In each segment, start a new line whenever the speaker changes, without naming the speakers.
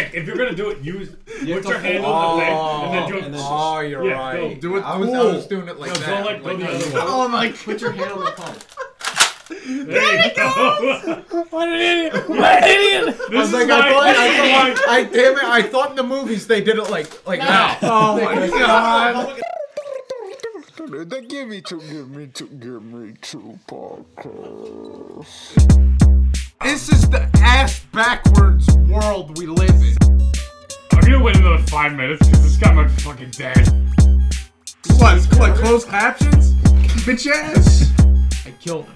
Nick, if you're gonna do it, use put
You have to
your hand
hold-
on the leg and then do it.
and then-
Oh, you're
Yeah,
right.
Do it
I was, I
cool.
was doing it like
No, go
that.
like- go the other way.
oh,
Oh my
put your hand on the pump.
there you go.
What an idiot! What an idiot!
this is
Like,
my,
I, thought,
this is
I,
my-
thought, I damn it! I thought in the movies they did it like like that.
Oh my god!
They give me two, give me two, give me two podcast.
This is the ass backwards world we live in.
I'm gonna wait another five minutes because this guy might be fucking dead.
What? What? Closed captions? Bitch ass.
I killed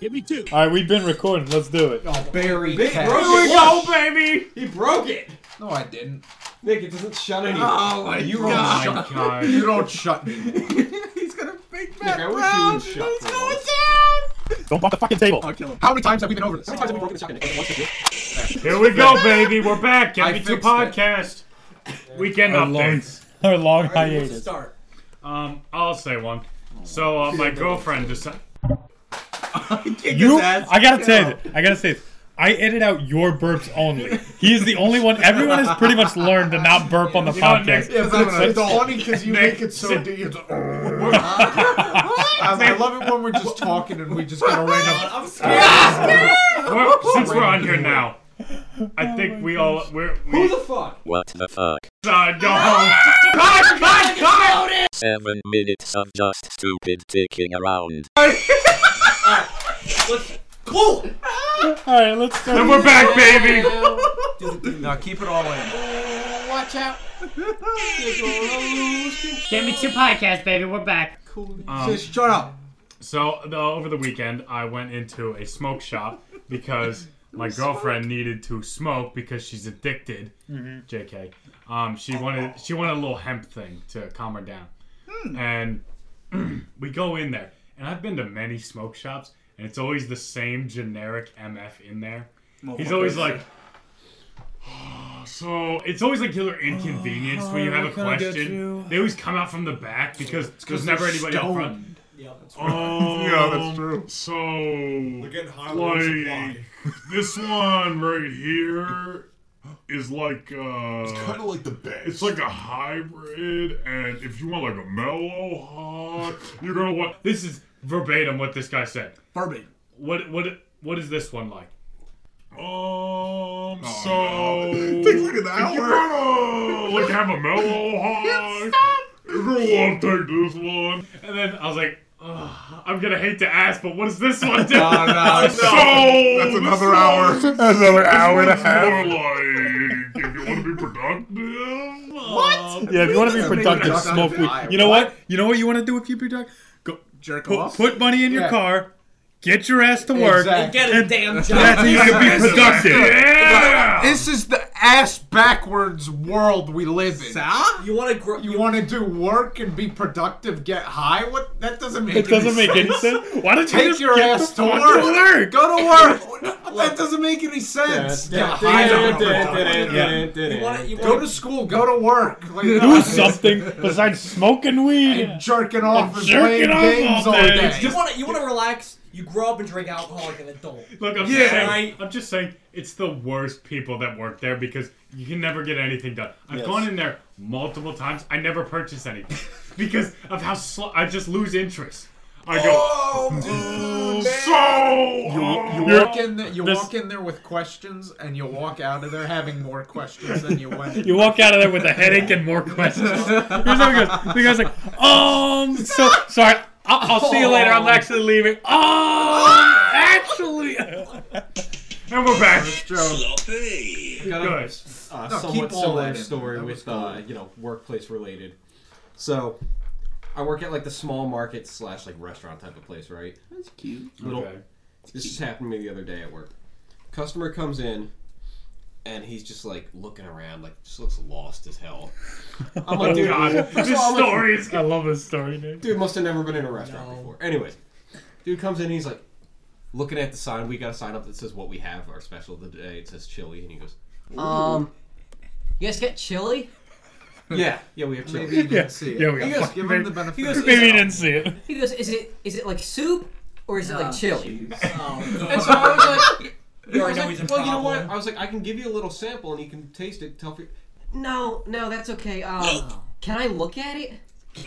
him.
All right, we've been recording. Let's do it.
Oh, Barry
Here we
Cash.
go, baby.
He broke it. No, I didn't. Nick, it doesn't shut anything.
Oh my
you
god.
wrong.
My God.
You don't shut me.
He's gonna fake Nick, I wish you would shut. for once.
Don't bump the fucking table.
I'll kill him. How many times have we been over this?
Sometimes we broke the shotgun. Nick, once, Nick.
Here we go, baby. We're back. Get
I
me two
fixed it.
podcast. Weekend
I love
updates.
Our long
All right, who wants to
hiatus.
Start.
Um, I'll say one. So uh, my girlfriend decided.
You, I gotta say this. I gotta say this. I edit out your burps only. He is the only one. Everyone has pretty much learned to not burp on the
You know,
podcast.
Nick-
Because it's, it's
Nick-
funny because you
Nick-
make it so deep. It's, I, I love it when we're just talking and we just got a random.
I'm scared.
We're- since we're on here now, I think we all we're
Who
we
the fuck?
What the fuck?
uh, go home.
God, God, God!
Seven minutes of just stupid ticking around.
Cool.
All right, let's start.
And we're back, baby.
Now keep it all in.
Give me two podcasts, baby. We're back.
Just shut up.
So the, over the weekend, I went into a smoke shop because my girlfriend needed to smoke because she's addicted. Jk, um, she wanted she wanted a little hemp thing to calm her down, and we go in there. And I've been to many smoke shops, and it's always the same generic MF in there. He's always like. "Ah, So it's always a killer inconvenience when you have a
Ah, I get
question.
you?
They always come out from the back because there's never anybody up front. Oh,
Yeah, that's true.
So, like, this one right here is like, uh, it's kind of like the best. It's like a hybrid, and if you want like a mellow hot, you're gonna want. This is verbatim what this guy said.
Barbie.
What what what is this one like? Um, so
Takes like an hour.
uh, like have a mellow high. You're gonna want to take this one. And then I was like, "Ugh, I'm gonna hate to ask, but what does this one do?
Oh, no.
so that's
That's another hour and a
More like if you want to be productive. What?
Yeah, if you want to be
Doesn't make
productive,
me
smoke
productive.
weed.
I-
You know what? You know what you want to do if you be productive? Go
Jerk
put,
off.
put money in your
Yeah.
car, get your ass to work.
Exactly.
Get a damn
That's how
job.
you can be productive.
Yeah.
This is the ass backwards world we live in.
You want to grow?
You want to do work and be productive, get high? What? That doesn't make.
It doesn't make any sense. Why don't you
Take
just
your
get
ass
the
to
fuck
work.
work?
Go to work. that doesn't make any sense. Get high on productive.
You want to? You
Go to
want
school. Go to work. Like,
Do something besides smoking weed.
Jerking off and playing
Jerking off
games all
all day.
day.
It's
to? You want to? You want to relax? You grow up and drink alcohol like an adult.
Look, I'm,
Yeah.
just saying,
Right.
I'm just saying it's the worst people that work there because you can never get anything done. I've gone in there multiple times. I never purchase anything because of how slow. I just lose interest. I go.
Oh,
so
You walk in there. You
This-
walk in there with questions, and you walk out of there having more questions than you went. in.
You walk out of there with a headache and more questions. Here's how it goes. The guy's like, um, so sorry. I'll, I'll see you later. I'm actually leaving. Um, actually.
and we're back.
Joe,
Good.
uh,
No,
somewhat
keep all
similar
that in.
story
That was
with uh, you know workplace related. So I work at like the small market slash like restaurant type of place, right? That's cute. Little.
Okay.
This just happened to me the other day at work. Customer comes in, and he's just like looking around, like just looks lost as hell. I'm
Oh,
like, dude,
God,
first of
this
all, I'm like,
story is.
I love this story, dude.
Dude must have never been in a restaurant
No.
before. Anyways, dude comes in and he's like, looking at the sign. We got a sign up that says what we have, our special of the day. It says chili, and he goes,
Um, you guys get chili?
Yeah, yeah, we have chili.
Maybe you didn't see it.
Yeah, we got
You guys
fucking
give him
big-
the benefit.
goes-
of the
Maybe you
doubt.
didn't see it.
He goes, is it is it like soup or is it like chili?
Oh,
And so I was like,
You
I
already
was
know
like,
he's in
well, you know what?
problem.
I was like, I can give you a little sample and you can taste it. Tell for no, no, that's okay. Um,
Oh.
can I look at it?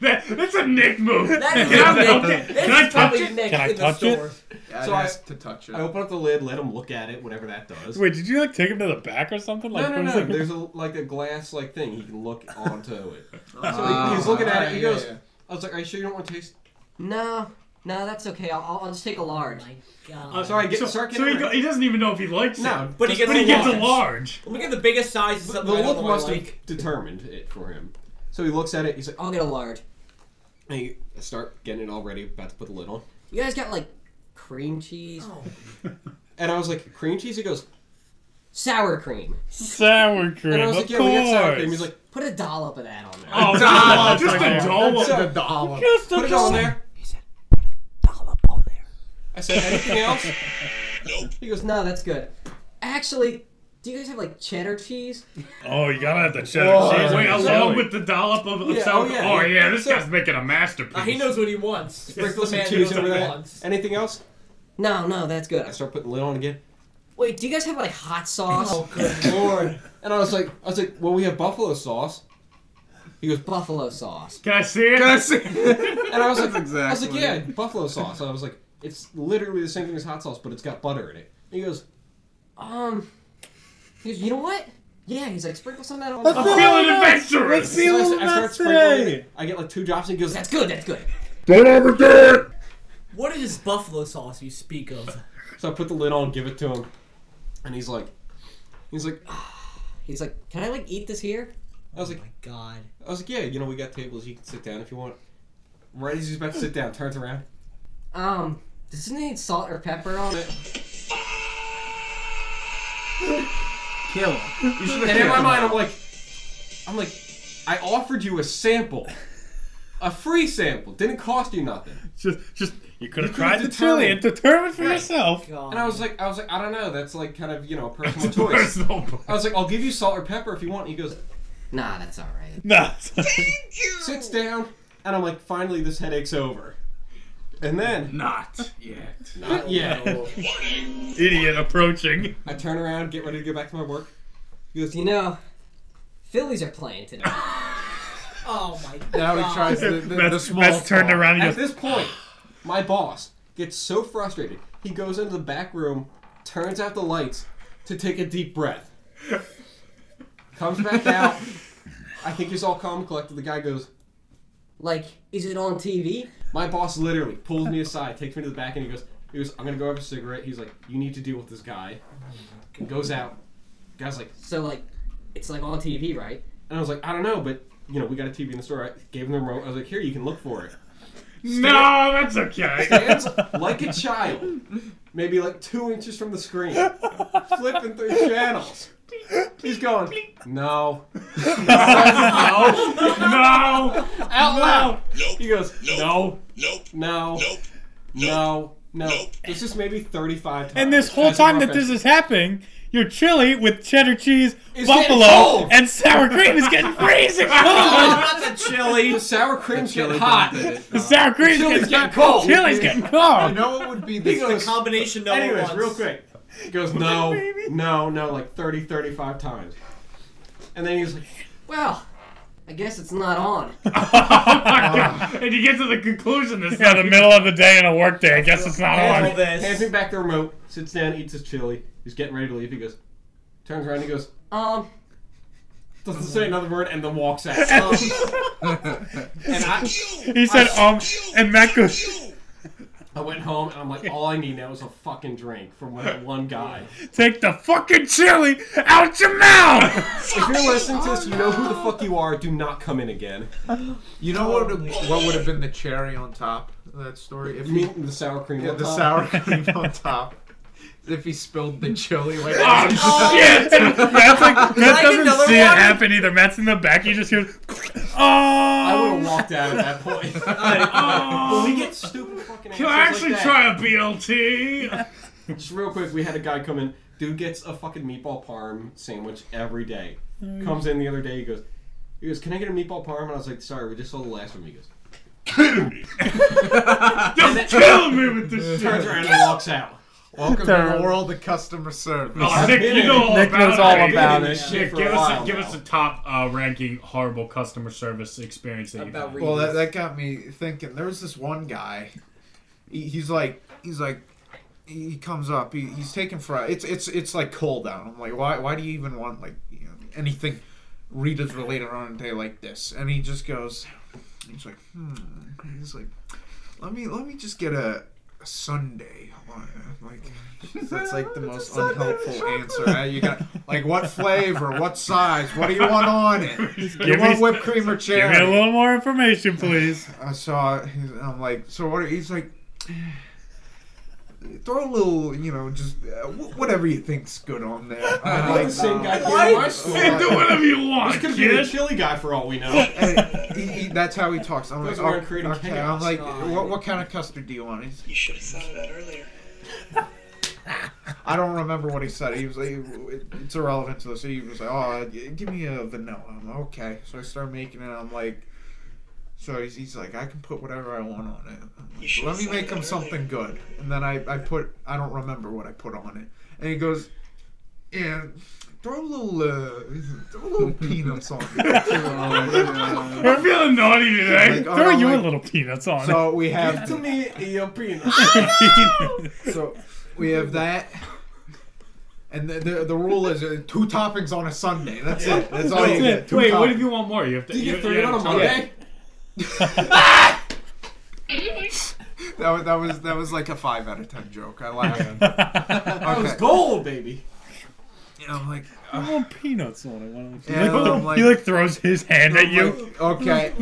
That, that's a Nick move.
That is
Can I
Nick.
look at- Can I touch it?
Nick
Can I
in the
touch it?
store.
Yeah,
So
it
I-
has to touch it.
I open up the lid, let him look at it, whatever that does.
Wait, did you like take him to the back or something? Like,
no,
what
no,
was
no.
it?
There's a like a glass like thing. He can look onto it. So he,
Ah,
he was looking at it. He
yeah,
goes,
yeah.
I was like, Are you sure you don't want to taste?
No, no, Oh, that's okay. I'll, I'll, I'll just take a large.
My God.
So I get
So,
start
so he,
getting
go,
ready.
he doesn't even know if he likes
no,
it.
But he gets,
But he
a,
gets
large.
a large.
Let me get the biggest size. Of
the
something I don't
look
know I
must
like.
have determined it for him. So he looks at it. He's like,
I'll get a large.
And you start getting it all ready, about to put the lid on.
You guys got like cream cheese,
Oh.
And I was like, cream cheese? He goes,
sour cream.
sour cream.
and I
Of
was like, yeah, we got
course.
sour cream. He's like,
Put a dollop of that on there.
Oh,
God,
just
okay.
a doll.
so,
Dollar.
Just a
put it on there.
He said, put a dollop on there.
I said, anything else?
He goes, no, that's good. Actually, do you guys have like cheddar cheese?
Oh, you gotta have the cheddar cheese.
Wait,
on the
along
jelly.
with the dollop of, of
Yeah,
sour.
oh,
Oh yeah,
yeah, yeah.
this guy's making a masterpiece.
Uh, he knows what he wants. Rick's
Sprinkle
the
some
man who
cheese
knows
over
what he
there.
wants.
Anything else?
No, no, that's good.
I start putting the lid on again.
Wait, do you guys have like hot sauce?
Oh, good.
Lord. And I was like, I was like, well, we have buffalo sauce. He goes, buff.
Buffalo sauce.
Can I see it?
That's
And I was like,
That's
I was like,
exactly
yeah, buffalo sauce. I was like, it's literally the same thing as hot sauce, but it's got butter in it. And he goes,
Um, he goes, you know what? Yeah, he's like, sprinkle some of that on
I'm
the
feeling adventurous.
so I,
Feeling
I start
that
sprinkling
today.
it. I get like two drops, and he goes,
That's good, that's good.
Don't overdo it!
What is this buffalo sauce you speak of?
So I put the lid on, give it to him, and he's like, he's like,
He's like, can I like eat this here?
I was
Oh
like,
my God.
I was like, yeah, you know, we got tables, you can sit down if you want. Right as he's about to sit down, turns around.
Um, does it need salt or pepper on it?
Kill him.
You should and in my mind, I'm like, I'm like, I offered you a sample, a free sample, didn't cost you nothing.
Just, just you could have
could've
tried the chili and determined for
Right.
yourself.
God.
And I was like, I was like, I don't know, that's like kind of you know a personal choice.
Personal.
I was like, I'll give you salt or pepper if you want. And he goes,
Nah, that's alright.
Nah.
sits down, and I'm like, finally this headache's over. And then,
Not yet.
yeah,
Idiot approaching.
I turn around, get ready to go back to my work. He goes,
You know, Phillies are playing today.
Oh my God.
Now he tries the, the, the
That's,
small.
that's turned
talk.
around
At
and goes,
this point, my boss gets so frustrated, he goes into the back room, turns out the lights to take a deep breath. Comes back out. I think he's all calm and collected. The guy goes,
like, is it on TV?
My boss literally pulls me aside, takes me to the back, and he goes, he goes I'm going to go have a cigarette. He's like, You need to deal with this guy. And goes out. Guy's like,
So like, it's like on TV, right?
And I was like, I don't know, but, you know, we got a TV in the store. I gave him the remote. I was like, Here, you can look for it.
No, that's okay.
stands like a child, maybe like two inches from the screen, flipping through channels. He's going, no,
no.
out loud. He goes, no, nope, no, nope, no, no. This is maybe 35 times.
and this whole
As a
time that
reference.
this is happening, your chili with cheddar cheese,
It's getting
buffalo,
cold.
and sour cream is getting freezing cold.
Oh, not the chili.
the sour cream's getting hot.
The sour cream's
Chili's
getting,
getting cold.
Chili's getting
You
cold.
know what would be
He
the
goes,
Combination no one
anyways,
wants.
real quick. He goes, no, no, no, like 30, 35 times. And then he's like,
Well, I guess it's not on.
and you get to the conclusion this
Yeah, the middle of the day and a work day. I guess it's not
All
on.
this.
hands me back the remote, sits down, eats his chili. He's getting ready to leave. He goes, turns around, he goes,
Um,
doesn't say another word, and then walks out. Um, and I,
He said, um, and Matt goes,
I went home, and I'm like, all I need now is a fucking drink from that one guy.
take the fucking chili out your mouth.
If you're listening to this, you know who the fuck you are. Do not come in again.
You know what? What would have been the cherry on top of that story? If
You
he,
mean the sour cream?
yeah,
on
the
top?
sour cream on top. If he spilled the chili, like
Oh, shit.
Matt's like, Matt doesn't
another
see it
one?
happen either. Matt's in the back. He just hears,
I would have
oh.
walked out at that point.
Oh.
But we get stupid fucking.
Can I actually
answers like that.
try a BLT?
Just real quick, we had a guy come in. Dude gets a fucking meatball parm sandwich every day. Comes in the other day, he goes, he goes, can I get a meatball parm? And I was like, sorry, we just sold the last one. He goes,
Just kill me with this shit.
turns around and walks out.
Welcome to
Terrible.
the world of customer service.
Oh, Nick, you know all
Nick
about
knows
it.
all
Nick,
about
Nick,
it.
Shit for
give
a
us
while
give
now.
us a top uh, ranking horrible customer service experience that you've
About
had.
re-
Well, that, that got me thinking. There was this one guy. He, he's like, he's like, he comes up. He, he's taking fries. It's it's it's like cold out. I'm like, why why do you even want like you know, anything Rita's related on a day like this? And he just goes, he's like, hmm. He's like, let me let me just get a, a Sunday. Like that's like the most unhelpful answer. Eh, You got like what flavor, what size, what do you want on it? You
Give me-
want whipped cream or
Give
cherry?
me a little more information, please.
I saw it. he's- I'm like, so what? Are, he's like, throw a little, you know, just uh, wh- whatever you think's good on there. I'm
I think
like, "Oh."
the same guy came
Why?
to my store.
Hey,
Do whatever you want,
This could be the
kid.
chili guy for all we know.
hey, he, he, that's how he talks. I'm like,
Those weren't
oh,
creating
okay.
chaos.
I'm like, what, what kind of custard do you want? He's, you should have thought of that earlier. I don't remember what he said. He was like, it- it's irrelevant to this. He was like, oh, g- give me a vanilla. I'm like, okay. So I start making it. I'm like, so he's, he's like, I can put whatever I want on it. I'm like, Let me make him something good. And then I, I put, I don't remember what I put on it. And he goes, yeah, throw a little, uh, throw a little peanuts on it. too." I'm like,
We're feeling naughty today.
Like, oh,
Throw you
like-
a little peanuts on
so we
Give
have
to me a peanut.
it.
so we have that, and the the, the rule is uh, two toppings on a Sunday. That's it. That's all you
That's
get.
it.
Two
Wait, what
toppings.
if you want more? You have to.
You get
you
three on
have to-
a Monday?
that, was, that was that was like a five out of ten joke. I laughed.
That was
Okay.
gold, baby.
And I'm like,
I want peanuts on it. Why don't you-
Yeah,
He, like,
I'm like-
he like throws his hand at
I'm
you
like, okay.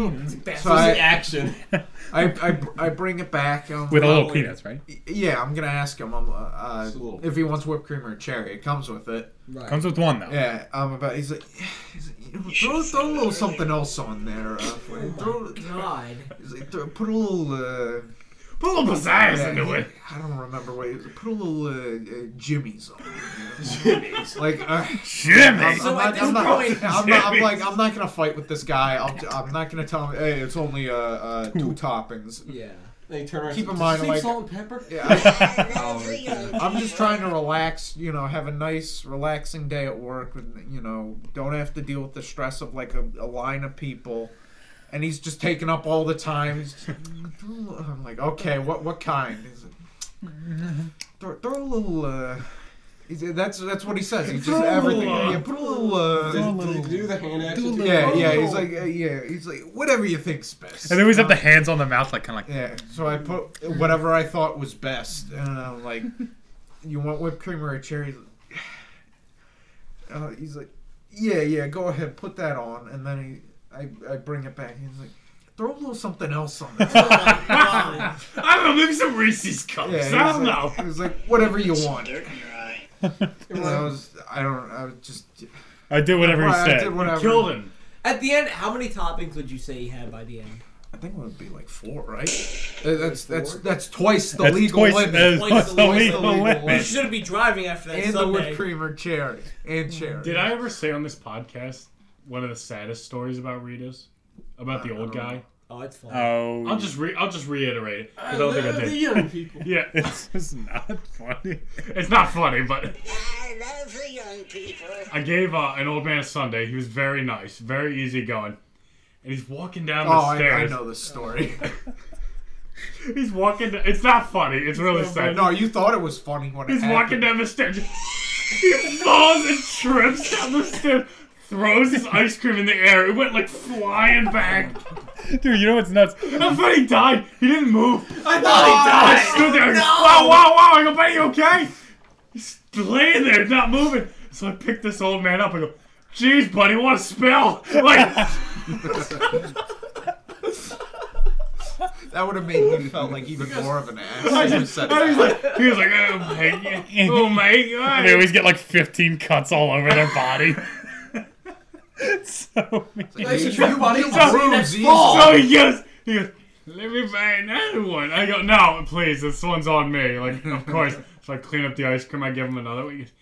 That's
So
the
I,
action.
I, I, I bring it back and I'm
with a little
like,
peanuts, right?
Yeah, I'm gonna ask him um, uh, uh,
Just a little.
if he wants whipped cream or cherry. It comes with it.
Comes with one though.
Yeah, um, about he's like, he's like, you know, throw, throw a little something else on there. Uh, throw,
God.
he's like, throw, put a little. Uh,
Put a little pizzazz
yeah,
into
he-
it.
I don't remember what he was. Put a little uh, uh, Jimmy's on. Jimmy's. Like. Uh,
Jimmy.
I'm, I'm not, I'm, not, I'm, not, I'm like I'm not gonna fight with this guy. I'll, I'm not gonna tell him. Hey, it's only uh, uh two toppings.
Yeah.
Then you turn around.
Keep
and
in
say, "Does
mind,
this need
like-
salt and pepper.
Yeah, I, I'm just trying to relax. You know, have a nice, relaxing day at work. And, you know, don't have to deal with the stress of like a, a line of people. And he's just taking up all the time. He's just, I'm like, okay, what what kind? He's like, throw, throw a little. Uh, he's- that's that's what he says. He just
Throw a
everything.
little, uh,
yeah, put a little. Uh,
Did- did you do the hand action? too?
yeah, yeah. He's like, uh, yeah. He's like, whatever you think's best.
And then we have the hands on the mouth, like kind of like.
Yeah, so I put whatever I thought was best, and I'm like, "You want whipped cream or a cherry?" Uh, he's like, "Yeah, yeah, go ahead, put that on." And then he, I, I bring it back. He's like, "Throw a little something else on it."
I don't know, maybe some Reese's cups.
yeah,
I don't
like,
know.
He was like, "Whatever you want." And I was, I don't, I was just,
I did whatever he
I
said.
did whatever.
Killed him.
At the end, how many toppings would you say you had by the end?
I think it would be like four, right? Uh, That's that's that's twice the
That's
legal
twice-
limit.
that's
Twice
twice
the
the legal
legal
limit.
You
limit.
shouldn't be driving after that
and the
Sunday.
whipped cream or cherry and cherry.
Did I ever say on this podcast one of the saddest stories about Rita's? About the old guy?
Oh, it's fun.
Oh,
I'll just re- I'll just reiterate it 'cause I don't think I
The
did.
young people.
Yeah,
This is not funny.
it's not funny, but I gave uh, an old man a Sunday. He was very nice, very easygoing, and he's walking down
Oh,
the
I, I
stairs.
know this story.
He's walking. Da- it's not funny. It's really sad.
No, you thought it was funny when it
He's walking
happened.
down the stairs. he falls and trips down the stairs. Throws his ice cream in the air. It went like flying back.
Dude, you know what's nuts?
I thought he died. He didn't move.
I
I
thought
stood there. Wow, wow, wow. I go, buddy, you okay? He's laying there, not moving. So I picked this old man up. I go, jeez, buddy, what a spell. Like,
That would have made me felt like even more of an ass. if you said
I was
that.
like, he was like, oh, my God. Oh, my God.
They always get like 15 cuts all over their body. It's so mean.
he died. You buddy.
bruise easy.
Oh.
So he goes, he goes, let me buy another one. I go, no, please, this one's on me. Like, of course. So I clean up the ice cream, I give him another one. He goes,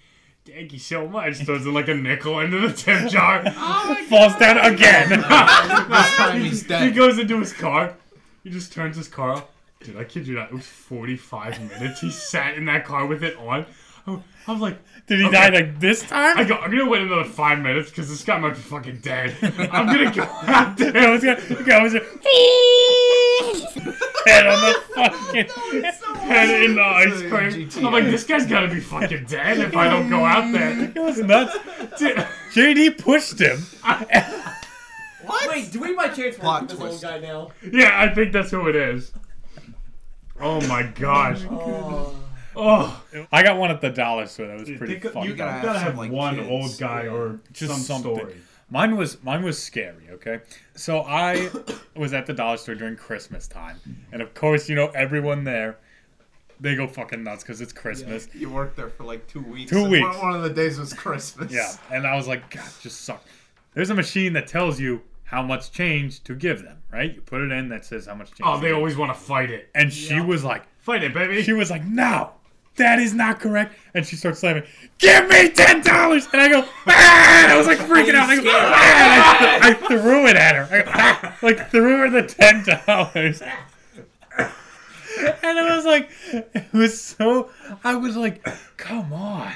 Thank you so much. Throws in like a nickel into the tip jar.
Falls down again.
This time he's
He
dead.
goes into his car. He just turns his car off. Dude, I kid you not. It was 45 minutes. He sat in that car with it on. I I was like,
Did he
Okay.
die like this time?
I go, I'm gonna wait another five minutes because this guy might be fucking dead. I'm gonna go out there.
Yeah, I was gonna, okay, I was gonna, head on the fucking.
head in the ice
It's a
cream.
GTA.
I'm like, this guy's gotta be fucking dead if I don't go out there.
It was nuts.
Dude,
JD pushed him.
Wait, do we buy chance for
Plot
this
twist.
old guy now?
yeah, I think that's who it is. Oh my gosh. Oh,
I got one at the dollar store. That was pretty
think-
funny.
You gotta
gotta
have,
have
some, like
one
kids.
old guy or
Just
some
something.
story.
Mine was mine was scary. Okay, so I was at the dollar store during Christmas time, and of course, you know everyone there. They go fucking nuts because it's Christmas.
You worked there for like two weeks.
Two
and
weeks.
One, one of the days was Christmas.
Yeah, and I was like, God, just suck. There's a machine that tells you how much change to give them, right? You put it in that says how much change.
Oh,
to
they
give.
always want to fight it.
And she was like,
Fight it, baby.
she was like, no, that is not correct. And she starts slamming, give me ten dollars. And I go, ah! And I was like freaking out. And I go, ah! And I, I threw it at her. I go, ah! like threw her the ten dollars. And I was like, it was so. I was like, come on.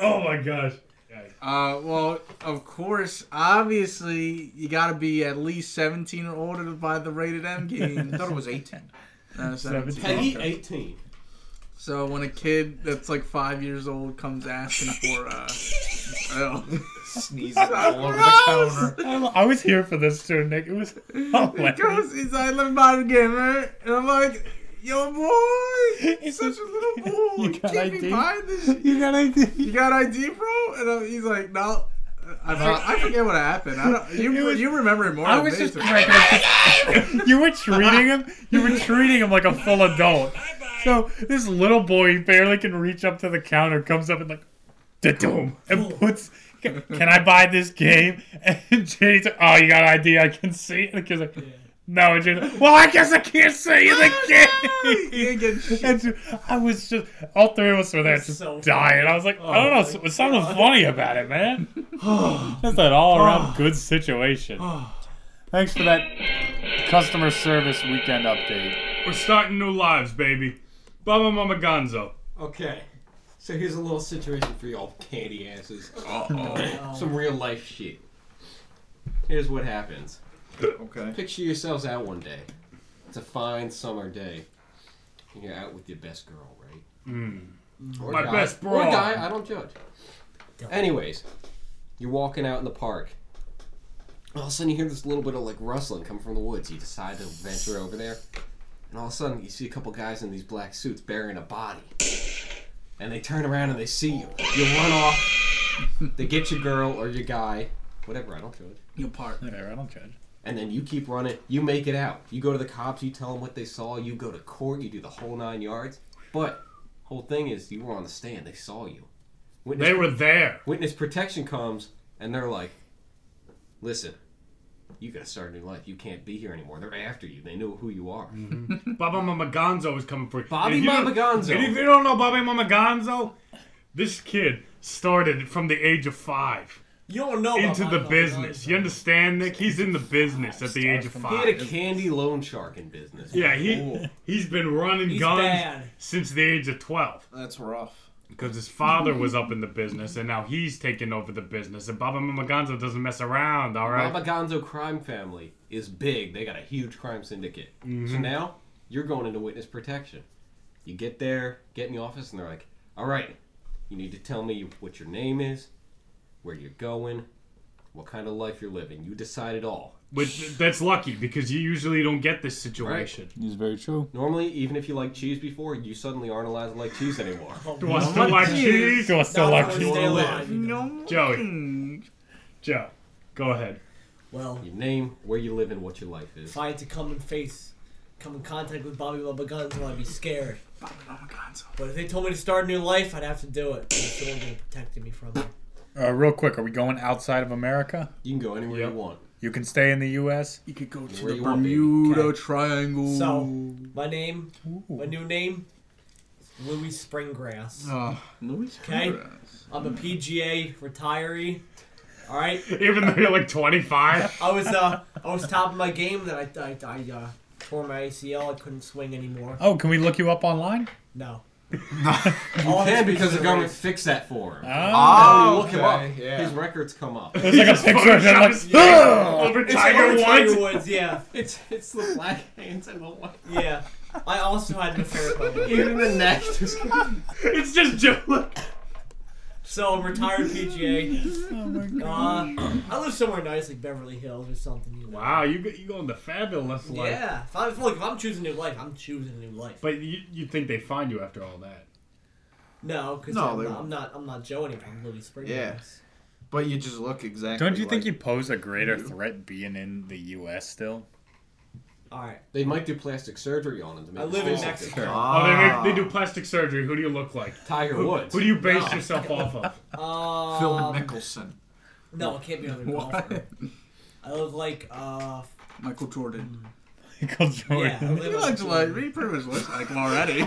Oh my gosh. Yeah.
Uh, well, of course, obviously, you got to be at least 17 or older to buy the rated M
I
game.
thought it was 18.
Uh, 17.
Peggy 18.
So when a kid that's like five years old comes asking for, uh, oh,
Sneezing all over the counter.
I, I was here for this too, Nick. It was
he
hilarious.
goes, he's like, let me buy the game, right? And I'm like, yo, boy,
He's
he's such a little boy.
You
You,
got
can't
ID?
be buying this. shit.
You got idea?
You got ID, bro? And uh, he's like, no. I, for- I forget what happened. I don't.
It
You
was-
you remember it more.
I
than me,
was just
so-
you were treating him. You were treating him like a full adult. So this little boy barely can reach up to the counter, comes up and like, da-doom, and puts. Can can I buy this game? And Jade's like, oh, you got an idea? I can see. And the kid's like, no. And Jade's like, well, I guess I can't see you the game.
Oh, You get shit.
And so I was just, all three of us were there just
so
dying. I was like, I don't know, s-
Oh,
was something funny about it, man. That's an all around good situation. Thanks for that customer service weekend update.
We're starting new lives, baby. Baba Mama Gonzo.
Okay. So here's a little situation for y'all candy asses. Some real life shit. Here's what happens.
Okay.
Picture yourselves out one day. It's a fine summer day. And you're out with your best girl, right? Or
Mm. My
guy-
best bro.
Or guy, I don't judge. Anyways, you're walking out in the park. All of a sudden, you hear this little bit of like rustling coming from the woods. You decide to venture over there, and all of a sudden, you see a couple guys in these black suits burying a body. And they turn around and they see you. You run off. They get your girl or your guy, whatever. I don't judge.
You part.
There, I don't judge.
And then you keep running. You make it out. You go to the cops. You tell them what they saw. You go to court. You do the whole nine yards. But whole thing is, you were on the stand. They saw you. Witness,
They were there.
witness protection comes, and they're like, "Listen, you got to start a new life. You can't be here anymore. They're after you. They know who you are."
Baba Mama Gonzo is coming for you.
Bobby
And Mm. if you
Mama
don't-
Gonzo.
And if you don't know Bobby Mama Gonzo, this kid started from the age of five
You don't know about
into
my
the
fucking
business.
life.
You understand, Nick? He's in the business at the age of
He had a
five.
candy loan shark in business.
Yeah, he he's been running
He's
guns
bad.
since the age of twelve
That's rough.
because his father was up in the business and now he's taking over the business. And Baba Mama Gonzo doesn't mess around. All right.
Baba Gonzo crime family is big. They got a huge crime syndicate. So now you're going into witness protection. You get there, get in the office, and they're like, "All right, you need to tell me what your name is, where you're going, what kind of life you're living. You decide it all."
Which that's lucky because you usually don't get this situation.
It's very true.
Normally, even if you like cheese before, you suddenly aren't allowed to like cheese anymore.
Do I still like cheese?
Do I still
Not
like
gonna
you
stay
wanna
alive, you know.
No.
Joey. Joe, go ahead.
Well,
Your name, where you live, and what your life is.
if I had to come and face, come in contact with Bobby Bubba Gonzo, I'd be scared. But if they told me to start a new life, I'd have to do it. There's no one gonna protect me from it.
Uh, real quick, are we going outside of America?
You can go anywhere
Yep.
you want.
You can stay in the U.S.
You could go to
Where
the
you want, baby.
Bermuda
Okay.
Triangle.
So, my name, my new name, is Louis Springgrass.
Uh, Louis
Okay.
Perez.
I'm a PGA retiree. All right.
Even though you're like 25.
I was uh, I was top of my game that I I, I uh,
tore my ACL. I couldn't swing anymore.
Oh, can we look you up online?
No.
You can because the government fixed that for him.
Oh.
Oh, look him
okay,
up.
yeah.
His records come up.
There's like a picture of him like, "Ugh."
over
It's over
Tiger Woods.
Tiger Woods, yeah,
It's it's the black hands and the white.
yeah. I also had an affair with my
Even the neck just.
It's just Joe.
So I'm retired PGA.
Oh my
Uh,
god.
I live somewhere nice like Beverly Hills or something. You know.
Wow, you go- you going the fabulous life.
Yeah. If, I, if, look, if I'm choosing a new life, I'm choosing a new life.
But you you'd think they find you after all that.
no, because
No,
I'm,
they
not-
won't.
I'm not. I'm not Joe anymore. I'm Lily Springfield.
Yeah. But you just look exactly.
Don't you think
like-
you pose a greater threat being in the U.S. still?
All right.
They might do plastic surgery on him to make.
I
his
live in
face look
Mexico.
good.
Oh, they,
Ah,
make, they do plastic surgery. Who do you look like?
Tiger Woods.
Who do you base yourself off of?
Uh,
Phil
Um,
Mickelson.
No, it can't be another golfer. I look like uh.
Michael Jordan.
Michael
Yeah. I
Jordan.
look
He
like
looks like he pretty much looks like him already.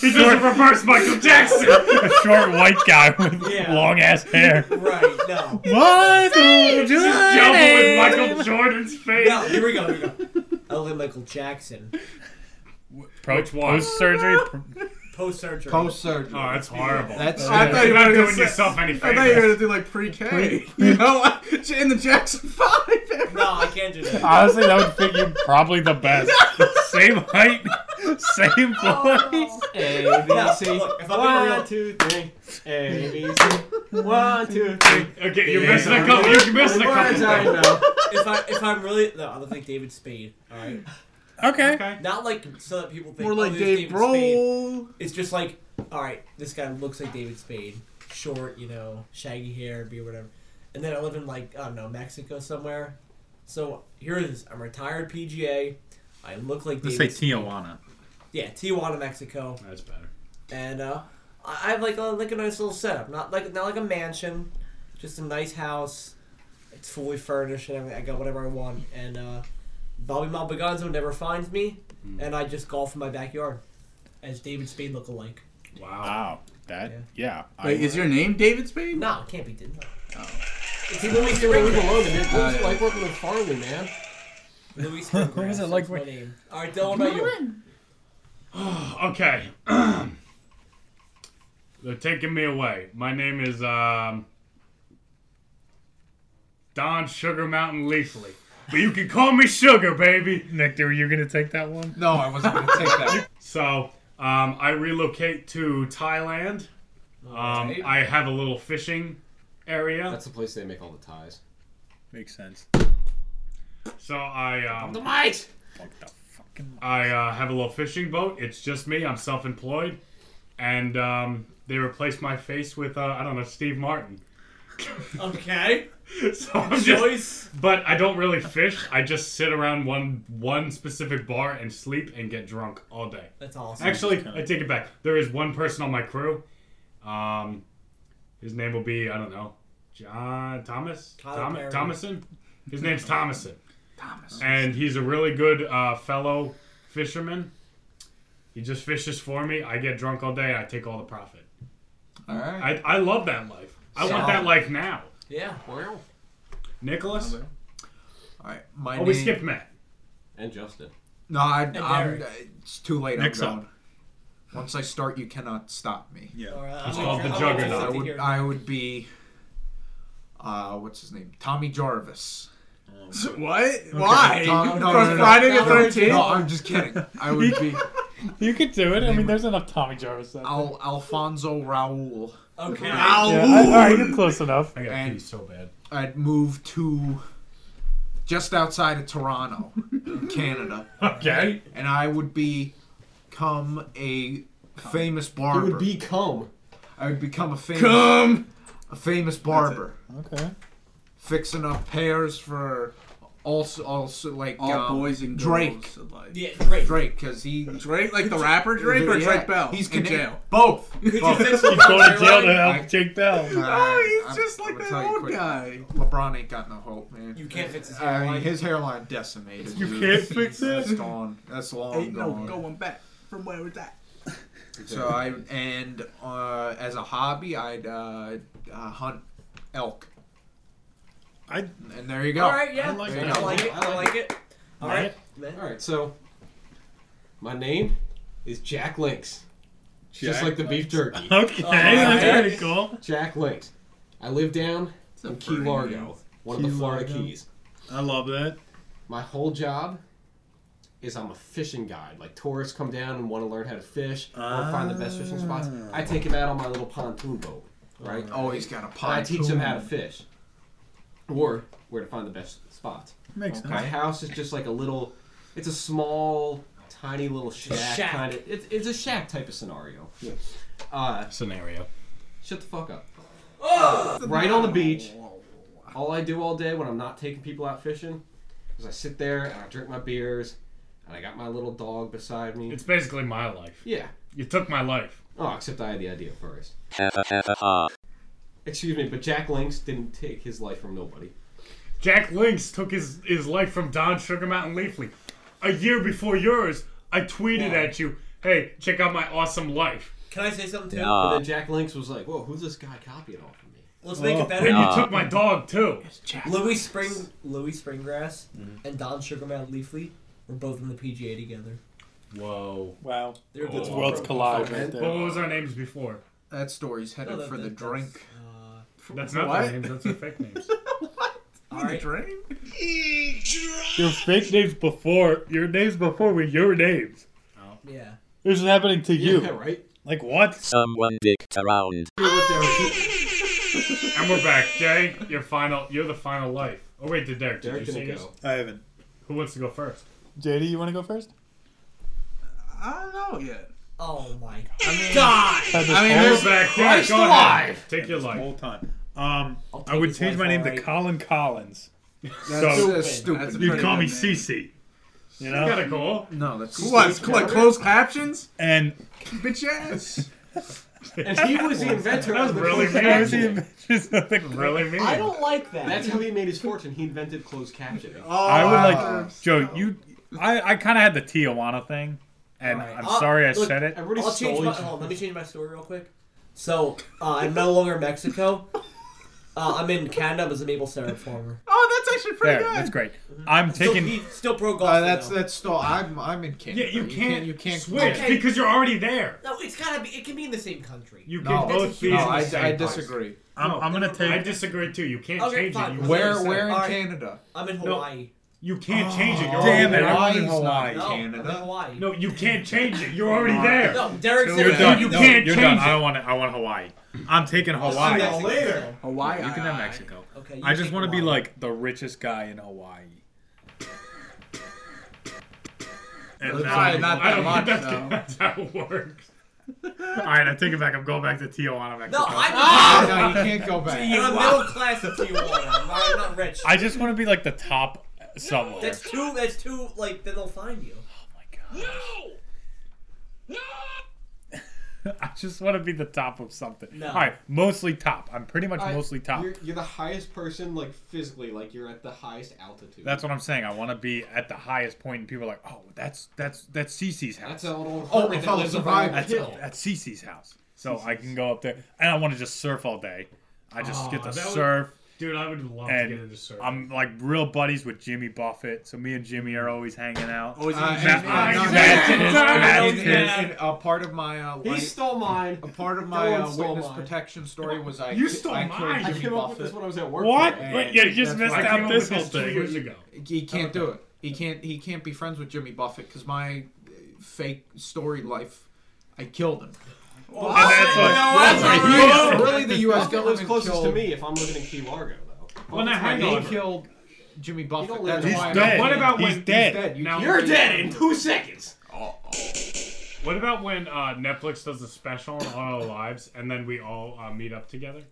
He's just a reverse Michael Jackson.
a short white guy with
Yeah.
long ass hair.
Right. No.
Michael
Just Joe with Michael Jordan's face.
No. Here we go. Here we go. I look like Michael Jackson.
Which one?
Post surgery.
Post surgery.
Post surgery.
Oh, that's horrible.
That's
I thought you were
You're not
gonna
doing
say-
yourself any
I thought you were
favors.
gonna do like pre-K. You know, in the Jackson Five.
No, I can't do that.
Honestly, that would fit you probably the best. same height, same voice.
A B
No,
C.
look, if I'm being real-
One two three. A B C. One two three.
Okay, you're missing a couple. You're missing a couple.
Words I
things.
know.
If I if I'm really no, I look like David Spade. All right.
Okay.
Not like so that people think
More
oh,
like
there's
Dave
Spade.
Grohl.
It's just like, all right, this guy looks like David Spade, short, you know, shaggy hair, beard, whatever. And then I live in like I don't know Mexico somewhere. So here it is. I'm retired PGA. I look like David. Spade.
Tijuana.
yeah, Tijuana, Mexico,
That's better.
and uh, I I have like a, like a nice little setup. Not like not like a mansion, just a nice house. It's fully furnished and everything. I got whatever I want, and uh, Bobby Malbaganzo never finds me,
Mm.
and I just golf in my backyard as David Spade look alike.
Wow.
Wow. That. Yeah. I
Wait, is your name David Spade?
No, it can't be did. No. It's
Leave
Louis
me alone,
Sprinkle.
man. What was it like working with Farley, man?
Louis Sprinkle.
What was it
that's
like
my
when-
name. All right, Dylan, what about you?
Okay. They're taking me away. My name is um, Don Sugar Mountain Leafly. But you can call me Sugar, baby.
Nick, were you gonna take that one?
No, I wasn't gonna take that.
So um, I relocate to Thailand.
Oh,
Um,
Alright.
I have a little fishing area.
That's the place they make all the ties.
Makes sense.
so I um,
mics.
Fuck the fucking.
I uh, have a little fishing boat. It's just me. I'm self-employed, and um, they replaced my face with uh, I don't know Steve Martin.
Okay.
So I'm just,
Choice.
but I don't really fish. I just sit around one one specific bar and sleep and get drunk all day.
That's awesome.
Actually, I take it back. There is one person on my crew. Um, his name will be I don't know, John Thomas.
Tyler
Thom-
Perry.
Thomason. His name's Thomason. Thomas. And he's a really good uh, fellow fisherman. He just fishes for me. I get drunk all day. I take all the profit.
All right.
I, I love that life. I want that life now.
yeah.
Nicholas.
All right. My
Oh,
name.
we skipped Matt.
And Justin.
No, I, I'm,
Derek.
it's too late.
Nick's
I'm
up.
going. Once I start, you cannot stop me.
All right,
It's
I'm
called
gonna-
the
I'm
Juggernaut.
gonna
I
have to
would.
hear-
I would be. Uh, what's his name? Tommy Jarvis.
What? Why?
Oh, Tom-
From
no, no, no, no.
Friday
No,
the
no,
Thirteenth.
No, I'm just kidding. I would be
You could do it. I mean, there's enough Tommy Jarvis. out there.
Al- Alfonso Raul.
Okay.
Yeah, I- all right, you're close enough.
I got
And-
pee so bad.
I'd move to just outside of Toronto, in Canada,
Okay.
and I would become a famous
He
barber.
would become.
I would become a famous
Come.
a famous barber,
Okay.
fixing up pairs for also also like
All
um,
boys and
Drake.
girls alike.
Yeah, great.
Drake because he
Drake, like the rapper Drake or
yeah,
Drake Bell?
He's
in
Canadian.
jail.
Both.
He's going to jail to help
I-
Jake Bell.
Oh, he's just like that old guy.
LeBron ain't got no hope, man.
You can't fix his
I mean,
hairline.
his hairline decimated.
You
dude.
can't fix it?
That's gone. That's long
Ain't no
gone.
going back from where it's at.
So I and uh, as a hobby, I'd uh, uh, hunt elk.
I-
and there you go.
All right. Yeah. I
like
like
it.
it. I like it. All right.
man.
All right, so my name is Jack Links, just like the beef jerky.
Okay, that's
Alright.
pretty cool.
Jack Links. I live down in Key
pretty
Largo, one of
Key
the Florida
Largo.
Keys.
I love that.
My whole job is I'm a fishing guide. Like tourists come down and want to learn how to fish or find the best fishing spots. I take them out on my little pontoon boat, right?
Uh,
Always Oh, got a
And I
pot.
teach them how to fish or where to find the best spots.
Makes
My
sense.
house is just like a little. It's a small, tiny little shack,
shack.
kind of. It's, it's a shack type of scenario. Uh,
Scenario.
shut the fuck up. right on the beach. All I do all day when I'm not taking people out fishing is I sit there and I drink my beers and I got my little dog beside me.
It's basically my life.
yeah.
You took my life.
Oh, except I had the idea first.
Ha ha ha ha ha.
Excuse me, but Jack Lynx didn't take his life from nobody.
Jack Lynx took his, his life from Don Sugar Mountain Leafly. A year before yours, I tweeted at you, hey, check out my awesome life.
Can I say something too?
But
Ah.
then Jack Lynx was like, "Whoa, who's this guy copying off of me?"
Let's make
Oh.
it better.
And you
Ah.
took my dog too.
Louis Spring, Louis Springgrass, and Don Sugarman Leafly were both in the PGA together.
Whoa.
Wow.
They're
Oh,
the
worlds
collide right
But what was our names before?
That story's headed for the drink.
That's not
What?
their names, that's their fake names.
All right,
drink?
Your fake names before your names before were your names.
Oh.
yeah.
This is happening to you.
Yeah, right.
Like what?
Someone dicked around.
and we're back. Jay, your final you're the final life. Oh wait, did Derek, did
Derek
you see
didn't
this?
go.
I haven't.
Who wants to go first?
JD, you want to go first?
I don't know yet.
Oh my god!
I
I mean,
We're back.
there's
Derek,
Christ
go ahead.
alive.
Take your
whole
life.
time. Um,
I'll
I would
take
change
his
my name
life,
to
alright.
Colin Collins.
That's
So-
that's stupid.
That's a
You'd
pretty
call
good
me
name.
CC. You know,
Kinda cool.
no, that's
What? What? Closed captions?
and
Bitch ass.
And he was the inventor of the
Really mean.
closed
Here's the
captioning.
inventions of the
Really mean.
I don't like that.
That's how he made his fortune. He invented closed captioning.
Oh,
I would
wow.
like Joe. You, I, I kind of had the Tijuana thing, and
Alright.
I'm
I'll-
sorry I
look,
said it.
Everybody
I'll
stole
change my.
each-
Hold on, let me change my story real quick. So uh, I'm no longer in Mexico. Uh, I'm in Canada but as a maple syrup farmer.
Oh, that's actually
There,
pretty good.
that's great. I'm
Still,
taking.
he- still pro golf.
Uh, that's
though.
that's still. I'm I'm in Canada.
Yeah, you can't
You can't
switch
Okay.
because you're already there.
No, it's gotta be. It can be in the same country.
You
No,
can both be
no,
in the
I,
same
I
place.
disagree.
I'm, I'm gonna
I
take.
disagree too. You can't
Okay,
change
fine.
it. You,
Where where in
All right.
Canada?
I'm in Hawaii.
you can't change it. You're
Damn it!
already
I'm
Hawaii's
in Hawaii.
not-
No, Oh, I'm in
Canada?
Hawaii.
there. No, you can't change it. You're already there.
no Derek said
You're
it.
done.
You
No,
can't
you're
change
done.
it.
I don't want it. I want Hawaii. I'm taking Hawaii.
I'm Mexico,
later.
so-
Hawaii.
You can
uh,
have Mexico.
Okay. you
I just
take
want to be
Hawaii.
like the richest guy in Hawaii. And
That's
now-
probably not
I
that
don't
much,
think that's,
though.
that's how it works.
all right, I take it back. I'm going back to Tijuana, Mexico.
No, Oh, I'm.
No, you can't go back.
I'm a middle class of Tijuana. I'm not, I'm not rich.
I just want to be like the top somewhere.
that's too. That's too. Like then they'll find you.
I just want to be the top of something.
No.
All right, mostly top. I'm pretty much
I-
mostly top.
You're, you're the highest person, like physically, like you're at the highest altitude.
That's what I'm saying. I want to be at the highest point, and people are like, "Oh, that's that's that's Cece's house.
That's a little.
Oh,
hermit
if
that
I
lives
was
up
alive,
on a
That's
hill.
that's Cece's house." So I can go up there, and I want to just surf all day. I just get to
Oh, that would-
surf.
Dude, I would love
And
to get into surgery.
I'm like real buddies with Jimmy Buffett, so me and Jimmy are always hanging out.
Oh,
Always
Uh,
easy.
and-
Matt-
no,
Matt-
no, no,
Matt-
and- and-
Matt-
and, uh, part of my uh,
He
life-
stole mine.
a part of my
one
uh,
stole
witness
mine.
protection story was I
You stole
I
mine.
cured
I
Jimmy
came up with this
Buffett.
when I was at work.
What?
today.
Wait, you just
That's
missed
I
why-
came
out
up
this
with
whole
this two years
thing.
ago.
He can't do it. He can't he can't be friends with Jimmy Buffett because my uh, fake story life I killed him.
And that's what-
that's
that's
all
what
right.
he-
Really, really the U.S.
Buffett lives
government
closest
killed,
to me if I'm living in Key Largo, though.
Well, now
Buffett's my
hang
They
on.
neighbor.
killed Jimmy Buffett.
don't
That's why
live
He's
I'm-
dead.
What about
He's
when-
dead.
He's dead. You
Now-
can't-
You're dead in two seconds.
What about when uh, Netflix does a special on all our lives and then we all uh, meet up together?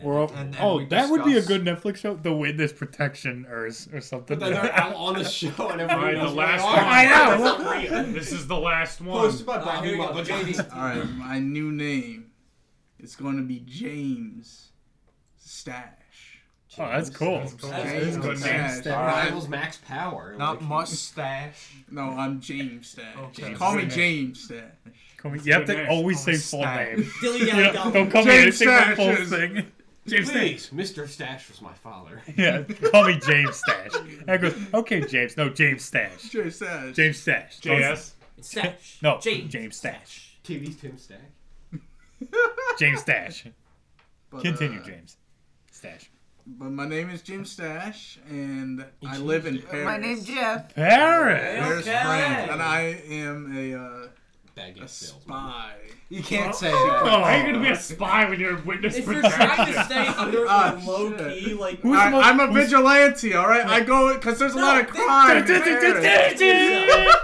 We're all-
and
oh,
we
that would be a
discuss-
good Netflix show, The Witness Protection or, s- or something.
But then they're out on the show and everyone
Alright, the
knows where
last
they
one.
are.
I
know.
That's not real.
This is the last one.
Posted by
Uh,
Bobby
here you go,
Mumble.
JD.
All right, my new name is going to be James Stash.
Oh, that's cool.
That's cool.
That's
That's
a
good
good
name.
name.
That rivals Max Power.
Not
Like,
mustache.
No, I'm James Stash.
Okay.
Call me
James.
James Stash.
Can we- You have
Good
to
name.
always say
Always
full
stash.
name.
Dilly
You
dally
know,
dum.
don't come in and say the full thing. James Stash.
Please, Mr. Stash was my father.
Yeah, call me James Stash. And I goes, okay, James. No, James Stash.
Jay says.
James Stash.
JS.
It's Stash.
No,
James.
James Stash.
TV's Tim Stash.
James Stash.
But, uh,
Continue, James. Stash.
But my name is Jim Stash, and I live in Paris.
Jeff.
Paris.
Paris,
Okay.
France, and I am a, uh,
Baggage
a
salesman.
spy.
You can't say that.
Oh.
How are you gonna be a spy when you're a witness
If you're
protection?
trying to stay under
Ah,
the low key, like
Who's
I,
the most-
I'm a
who's-
vigilante, all right. I go because there's a lot of
No,
crime. in Paris.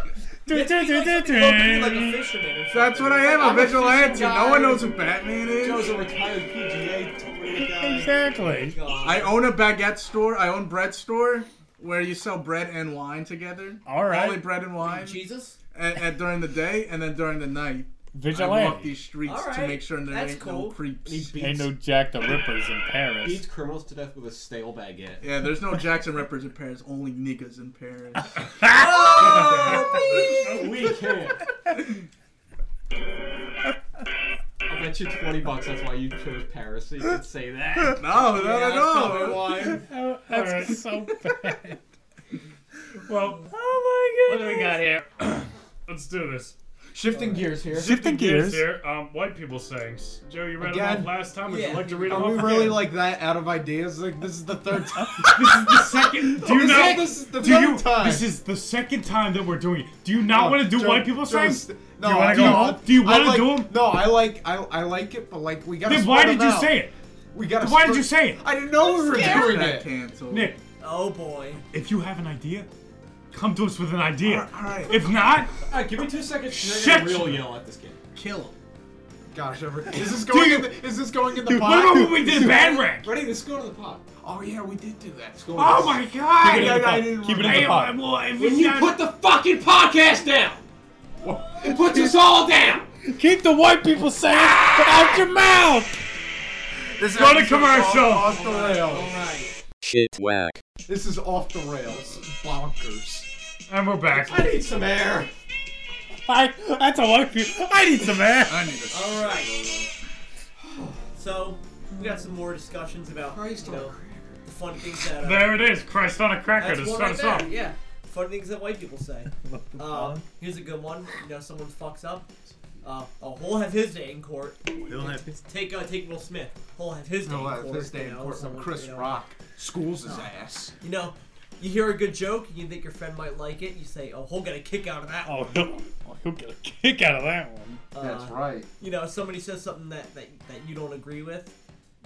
It's like something low key, like a fisherman. or
That's
something.
what I am,
I'm
a
fishing
vigilante. No one
guy.
knows who Batman
Joe's
is.
a retired PGA tour guy.
Exactly.
God.
I own a baguette store. I own bread store where you sell bread and wine together.
All right.
Only bread and wine
Jesus.
and, and during the day and then during the night. I walk
Vigilante.
these streets
All
to
right,
make sure there
that's
ain't
cool.
no creeps.
He beats,
Ain't no Jack the Rippers in Paris.
beats criminals to death with a stale baguette.
Yeah, there's no Jackson Rippers in Paris. Only niggas in Paris.
We can't. I bet you 20 bucks that's why you chose Paris so you could say that.
No, no,
Yeah,
no,
probably
no.
why.
Oh, that's so bad.
well,
Oh my
what do we got here? Let's do this.
Shifting gears here.
Shifting
Here's
gears.
here, um, white people sayings. Joe, you read them
Again?
off last time. Would
Yeah.
you like to read them
Are
off
we
again?
really like that out of ideas? Like this is the third time. this is the second.
Do you
this
know?
Is, this is the
do
third
you,
time.
This is the second time that we're doing it. Do you not want to do
Oh, Joe-
white people
Joe,
sayings?
st-
do you
No,
want to
I
go
don't.
home? Do you
I
want to
like,
do them?
No, I like I, I like it, but like we gotta.
Then
spread
why did
them
you
out.
say it?
We gotta.
Why did
spread-
you say it?
I didn't know we were doing
That
it.
canceled.
Nick,
Oh boy.
if you have an idea, come to us with an idea.
All right,
If not,
Alright, give me two seconds to
Shit.
get a real yell at this kid.
kill him.
Gosh, ever, is this going?
you-
in the, is this going in the
what about when
pot?
we did band rank?
Ready? Let's go to the pot.
Oh yeah, we did do that.
Let's go to
Oh
the-
my god!
Keep it in the I- I pot. didn't
Keep it in the
Hey,
pot.
well, if
When
it's
you
not-
put the fucking podcast down! It puts us all down!
Keep the white people saying out your mouth.
This
Go to
episode's
commercial.
Off, off the rails.
Alright.
Shit whack.
This is off the rails. Bonkers.
and we're back.
I need some air.
I, that's a white people. I need some air. I need a
All right. So we got some more discussions about
Christ
you
on a
know, the fun things that. Uh,
There it is. Christ on a cracker to
that's one
start
right
us
there.
off.
Yeah. Fun things that white people say. Um, here's a good one. You know, someone fucks up. Uh, oh, he'll have his day in court. Take uh, take Will Smith. He'll have his day
No,
in
uh,
court.
this day
you
in
know,
court when
someone,
Chris
you know.
Rock schools his ass.
You know, you hear a good joke and you think your friend might like it. You say, "Oh, he'll get a kick out of that."
Oh, he'll, oh, he'll get a kick out of that one.
That's
Uh,
right.
you know, if somebody says something that, that, that you don't agree with,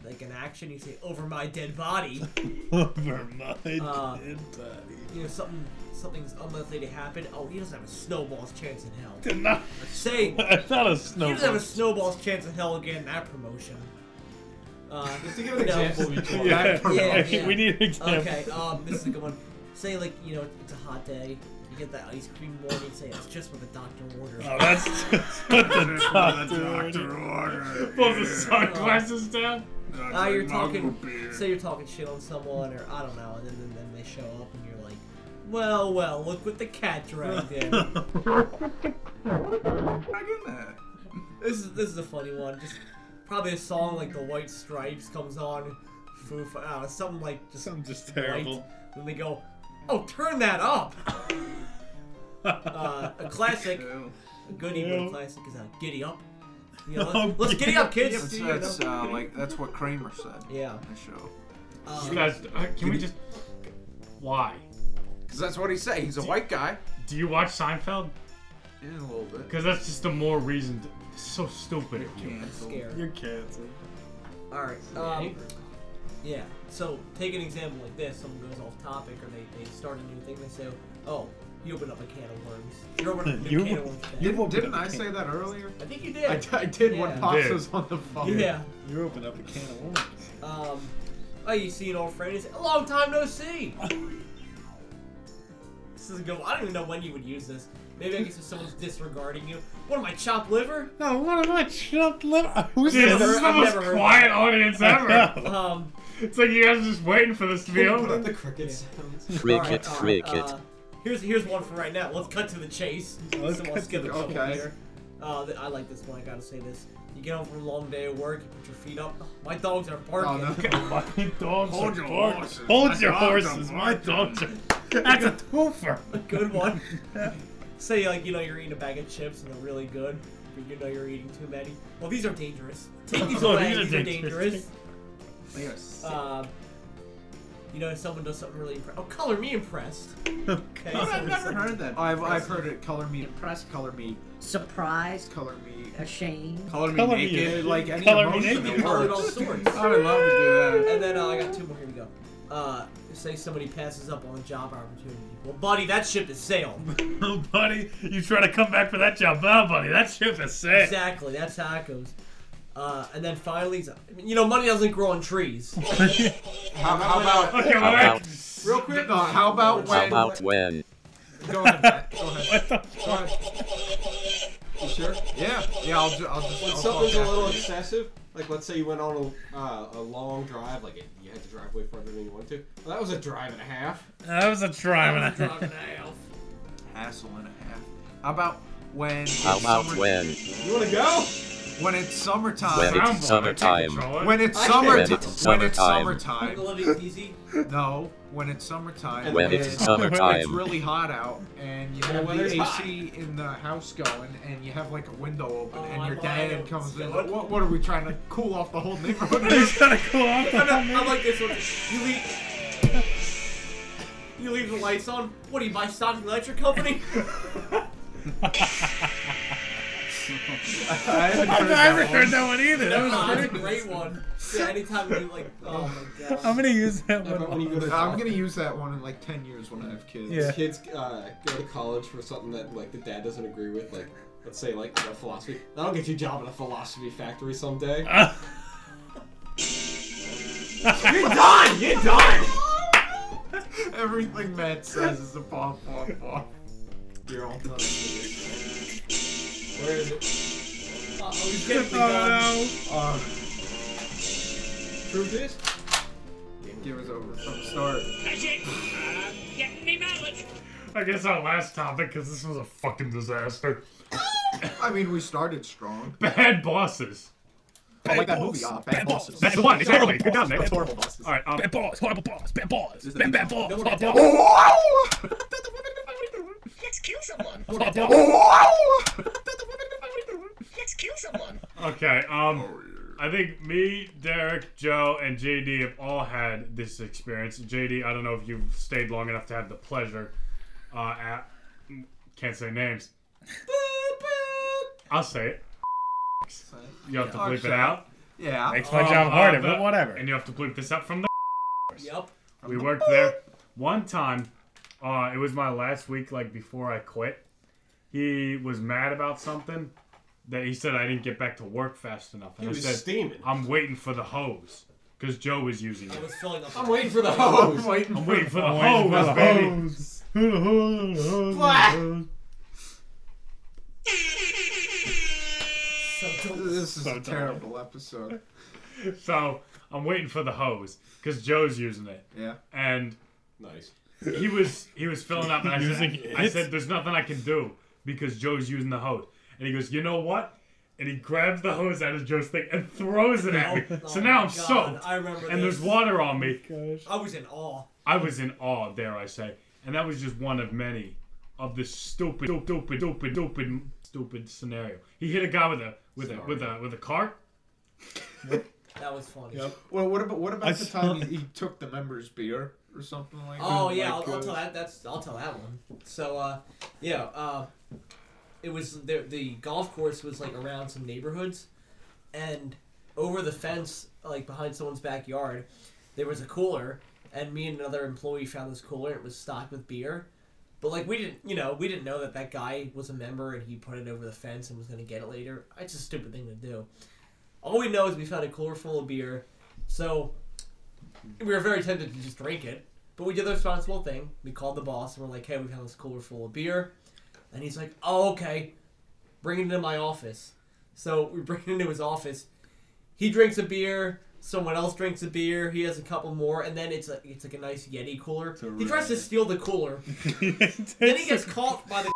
like an action, you say, over my dead body.
Over my
Uh,
dead body.
You know, something something's unlikely to happen. Oh, he doesn't have a snowball's chance in hell.
Not,
Say, he
not a
doesn't have a
snowball.
snowball's chance in hell again, that promotion. Uh,
Just to give an
No.
example of each one.
Yeah,
Yeah, yeah.
we need an example.
okay, um, this is a good one. Say, like, you know, it's a hot day. You get that ice cream warning, say, it's just what the doctor ordered.
Oh, that's just what the doctor.
order.
Pull the sunglasses down.
Now Ah, you're talking. Say you're talking shit on someone, or I don't know, and then, then, then they show up and you're like, well, well, look what the cat dragged in. this is this is a funny one. Just probably a song like the White Stripes comes on, foo Fi- I don't know, something like just
I'm just
light.
terrible.
Then they go, oh, turn that up. uh, a classic, a good evening
Ew.
classic is uh, giddy up. You know,
Oh,
let's, let's giddy up, kids.
That's,
You know?
that's uh, like that's what Kramer said.
yeah.
In the show.
You
Um,
guys, uh, can we just? Why?
Cause that's what he said. He's a white guy.
Do you watch Seinfeld?
In a little bit.
Because that's just a more reason. To, it's so stupid. of you.
scared.
You're canceled.
All right. Um, yeah. So take an example like this. Someone goes off topic, or they, they start a new thing. They say, "Oh, you opened up a can of worms. You're opening up a new
You-
can of worms." today."
you-
Didn't, didn't I say that earlier?
I think you
I,
did.
d- I did
Yeah.
when Pops
Did.
was on the phone.
yeah.
You opened up a can of worms.
Um. Oh, you see an old friend? You say, "A long time no see." this is a good. One. I don't even know when you would use this. Maybe I guess if someone's disregarding you. What am I, chopped liver?
No, what am I chopped liver? Who's
Dude,
I've
this is
this?
the
never
most
heard
quiet audience ever.
Um.
it's like you guys are just waiting for this to be
Put in
over.
the cricket sounds.
all right,
Cricket,
all right,
cricket.
uh, here's here's one for right now. Let's cut to the chase.
Let's
so
cut
we'll
to
skip
the-
a couple
okay.
later. Uh, th- I like this one. I gotta say this. You get home from a long day of work, you put your feet up. My dogs are
Oh,
barking.
My dogs
Hold
are
your
bark-
horses.
Hold
My
your
dogs are
horses. My dogs are. That's a twofer.
good one. Say like you know you're eating a bag of chips and they're really good, but you know you're eating too many. Well, these are dangerous. Take these
Oh,
away.
these are
These are
dangerous.
dangerous.
Uh,
Um, you know, if someone does something really impre- oh, color me impressed. Okay, so
I've never heard that.
I've, I've heard it. Color me impressed. Color me.
Surprised,
Color me.
ashamed.
Color me
Color me
naked.
naked.
Like any
Color me
emotion
naked.
that
colored all
works.
sorts.
I would love to do that.
And then uh, I got two more. Here we go. Uh, say somebody passes up on a job opportunity. Well, buddy, that ship is sailed.
Oh, buddy, you try to come back for that job, now, buddy. That ship is set.
exactly. That's how it goes. Uh, and then finally, you know, money doesn't grow on trees.
How, how about
Okay,
How
well,
about,
real quick?
Uh, how about
how
when?
about when?
Go ahead. Matt. Go ahead.
what the fuck?
Go ahead. You sure?
Yeah. Yeah. I'll. Ju- I'll just.
When
I'll
something's a
talk
little
after you.
excessive, like let's say you went on a, uh, a long drive, like you had to drive way further than you wanted to. Well, that was a drive and a half.
That was a try. when I-
hassle and a half. How about when? it's
How about
summer-
when?
You want to go?
When it's summertime.
When
Soundboard, I
it's
can't
summertime.
control it.
When it's
I-
summer,
When
it's
when it's
summertime.
When the
summertime.
living's easy.
No, when it's summertime.
When
and
it's
It's
summertime.
really hot out, and you
The
have the
weather's
AC
hot.
in the house going, and you have like a window open,
Oh,
and
I
your
love
dad
it.
comes in.
It's
Like,
good.
what, what are we trying to cool off the whole
You
neighborhood?
gotta cool off the
No, no,
whole
I like this one. You leave. You leave the lights on. What do you buy stock in the electric company?
I haven't heard
I've never
that
heard
one.
that one either. That
Ah,
was
that's a
great.
great one. Yeah, anytime you like, oh my god.
I'm gonna use that
How about when you
one.
go to
I'm gonna use that one in like ten years when I have kids.
Yeah.
kids uh, go to college for something that like the dad doesn't agree with, like let's say like the philosophy. That'll get you a job in a philosophy factory someday. You're done. You're done.
Everything Matt says is a bomb, bomb, bomb.
You're all done. Where is it?
Uh-oh, he's getting the gun.
Oh
Uh,
Prove this.
it was over from the start.
I guess our last topic, because this was a fucking disaster.
I mean, we started strong.
Bad bosses.
I like that movie. Ah, bad, bosses.
Bad one, exactly. Good job, Nick.
That's horrible bosses.
All right, um,
no! Bad balls, horrible balls, bad balls, bad bad balls, bad balls.
Let's kill someone. Let's kill someone.
okay. Um, I think me, Derek, Joe, and JD have all had this experience. JD, I don't know if you've stayed long enough to have the pleasure. Uh, at can't say names. I'll say it. You have to bleep it out.
Yeah.
Makes my
Um,
job harder,
uh,
but
the-
whatever.
And you have to bleep this up from the.
Yep.
We worked there one time. Uh, it was my last week, like before I quit. He was mad about something that he said I didn't get back to work fast enough, and
He
I
was
said
steaming.
I'm waiting for the hose because Joe was using
I
it.
was filling up.
I'm waiting for the hose.
I'm waiting for the
Waiting for
hose,
the
baby.
hose. Who the hose, who the hose, who the
Blah.
hose?
So don't-
This is
So
a
dumb.
terrible episode.
So I'm waiting for the hose because Joe's using it,
Yeah.
and
Nice.
he was he was filling up, and I
Using
said, I
it?
said, "There's nothing I can do because Joe's using the hose." And he goes, "You know what?" And he grabs the hose out of Joe's thing and throws it at me.
oh
so
my
now I'm
God,
soaked,
I remember
and
this.
there's water on me.
I was in awe.
I was in awe, dare I say, and that was just one of many of this stupid, stupid, stupid, stupid, stupid scenario. He hit a guy with a with a with a with a cart.
That was funny.
Well, what about what about
I
the
saw
time he, he took the members' beer or something like that?
Oh yeah,
Like,
I'll,
uh,
I'll tell that. That's I'll tell that one. So uh, yeah, uh, it was the the golf course was like around some neighborhoods, and over the fence, like behind someone's backyard, there was a cooler, and me and another employee found this cooler. It was stocked with beer, but like we didn't, you know, we didn't know that that guy was a member and he put it over the fence and was gonna get it later. It's a stupid thing to do. All we know is we found a cooler full of beer, so we were very tempted to just drink it. But we did the responsible thing. We called the boss and we're like, hey, we found this cooler full of beer. And he's like, oh, okay. Bring it into my office. So we bring it into his office. He drinks a beer. Someone else drinks a beer. He has a couple more, and then it's a, it's like a nice Yeti cooler. He tries to steal the cooler. then he gets caught by the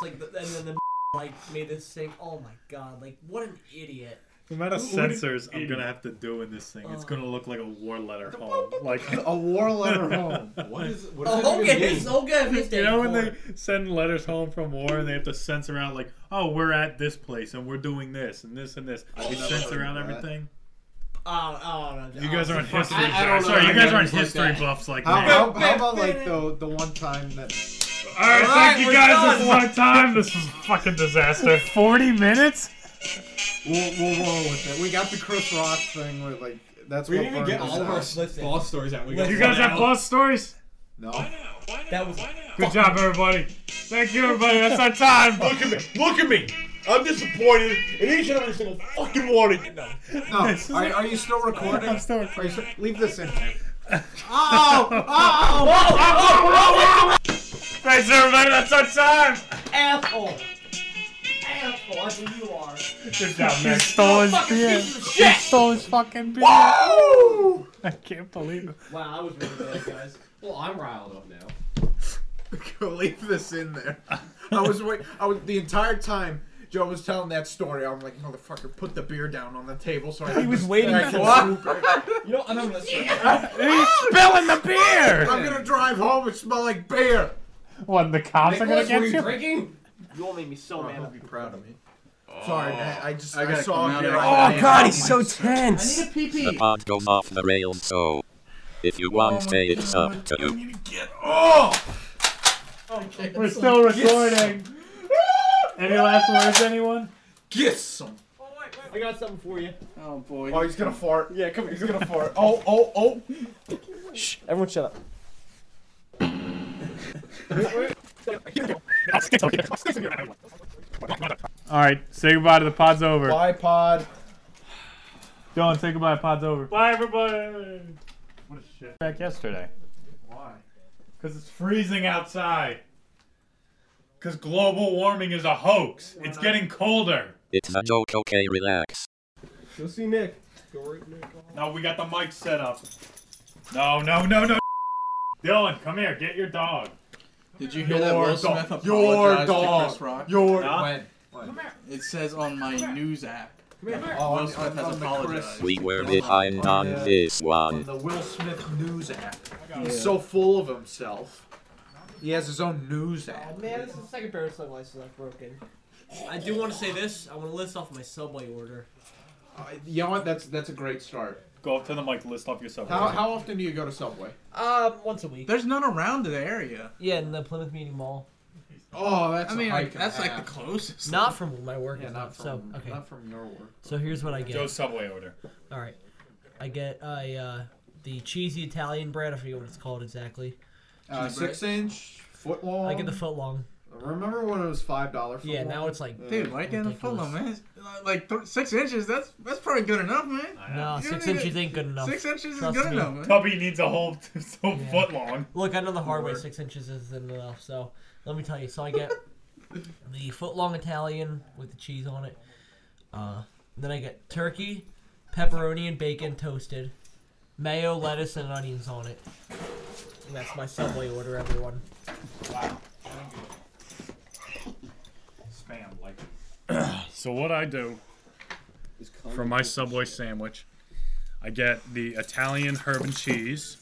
like, the, and then the like made this thing. Oh my god! Like what an idiot!
The amount of
What an
sensors I'm
idiot.
gonna have to do in this thing, it's
Oh.
gonna look like a war letter home. Like
A war letter home.
What is what is
Oh,
that
okay,
even mean?
it's okay. It's
you know when they send letters home from war and they have to censor out like, oh, we're at this place and we're doing this and this and this. They censor out
that.
everything.
Oh, oh, no,
You guys aren't
fucking
history.
I- I don't know.
Sorry, you
I
guys
never
aren't
looked
history
at it.
buffs like
How,
me.
how, how about like the the one time that
All right,
All right,
thank
we're
you guys. This is
done.
my time. This is a fucking disaster.
Forty minutes?
we'll, we'll roll with it? We got the Chris Rock thing where like that's
We
what
didn't even
burned
get
us
all of
out.
our
Listen.
boss stories out. We got
You guys
one
have
out.
plus stories.
No.
That was
Good job, everybody. Thank you, everybody. That's our time.
Look at me! Look at me! I'm disappointed in each and every single fucking one of you.
No. Are, are you still recording?
I'm still
Are you still- leave this in.
Oh,
Thanks, everybody. That's our time.
asshole. Asshole, that's what you are.
Good job,
He
man.
stole his
Fucking
beer.
piece of shit.
Stole his fucking beer. I can't believe it.
Wow, I was really bad, guys.
Well, I'm riled up now.
leave this in there. I was wait. I was the entire time. Joe was telling that story. I'm like, motherfucker, put the beer down on the table so I can. He
was waiting for-
You know, I remember this.
He's spilling the beer.
I'm gonna drive home and smell like beer.
What? The cops are gonna
Nicholas, were
get
you
you?
drinking?
You all made me so mad.
be proud of me. Sorry, man. I just I,
Oh, gotta
saw
come out
him.
of
here.
that.
I-
Oh,
I-
so
tense.
I need a pee
The
pee.
pod goes off the rails, so if you want, say it's up to you.
We're still recording. Any last words, anyone?
Get some.
I got something for you.
Oh boy.
Oh, he's gonna fart. Yeah, come here. He's gonna fart. Oh, oh, oh.
Everyone shut up.
All right, say goodbye to the pod's over.
Bye, pod.
Dylan, say goodbye. Pod's over. Bye, everybody. What a shit. Back yesterday.
Why?
Because it's freezing outside. Because global warming is a hoax. It's getting colder.
It's a joke, okay, relax.
Go see Nick. Go right Nick.
No, we got the mic set up. No, no, no, no. Dylan, come here. Get your dog.
Did you hear that Will
dog.
Smith
Your
apologized to
dog.
Chris Rock?
Your
Huh?
when?
It says on my news app.
Oh,
Will
on-
Smith
on
has
the Chris-
apologized.
We were behind on this
on
one.
the Will Smith news app. He's so full of himself. He has his own news
Oh
app.
man, this is the second pair of sunglasses I've broken. I do want to say this. I want to list off my subway order.
Uh, you know what? That's that's a great start.
Go up to the mic. List off yourself.
How, how often do you go to Subway?
Um, once a week.
There's none around the area.
Yeah, in the Plymouth Meeting Mall.
Oh, that's
I mean,
a
like,
hike and
that's
a
like the
half.
closest.
Not from my work.
yeah,
is
not
not so
from
okay.
not from your work.
So here's what I get.
Joe's Subway order.
All right, I get I uh the cheesy Italian bread. I forget what it's called exactly.
Uh,
Cheeseburger.
six inch foot long.
I get the foot long.
Remember when it was five dollars?
Yeah, now it's like
Dude, why can't a
Ridiculous.
footlong, man? It's Like th- six inches, that's that's probably good enough, man.
no
You
six
don't need
inches
it.
ain't good enough.
Six inches is
Trust
good
me.
enough, man.
Tubby needs a whole so
Yeah.
foot long.
Look, I know the hard way.
Lord.
Six inches isn't enough. So let me tell you. So I get the foot long Italian with the cheese on it. Uh, then I get turkey, pepperoni and bacon toasted, mayo, lettuce, and onions on it. And that's my Subway order, everyone.
Spam like. so what I do for my Subway sandwich, I get the Italian herb and cheese.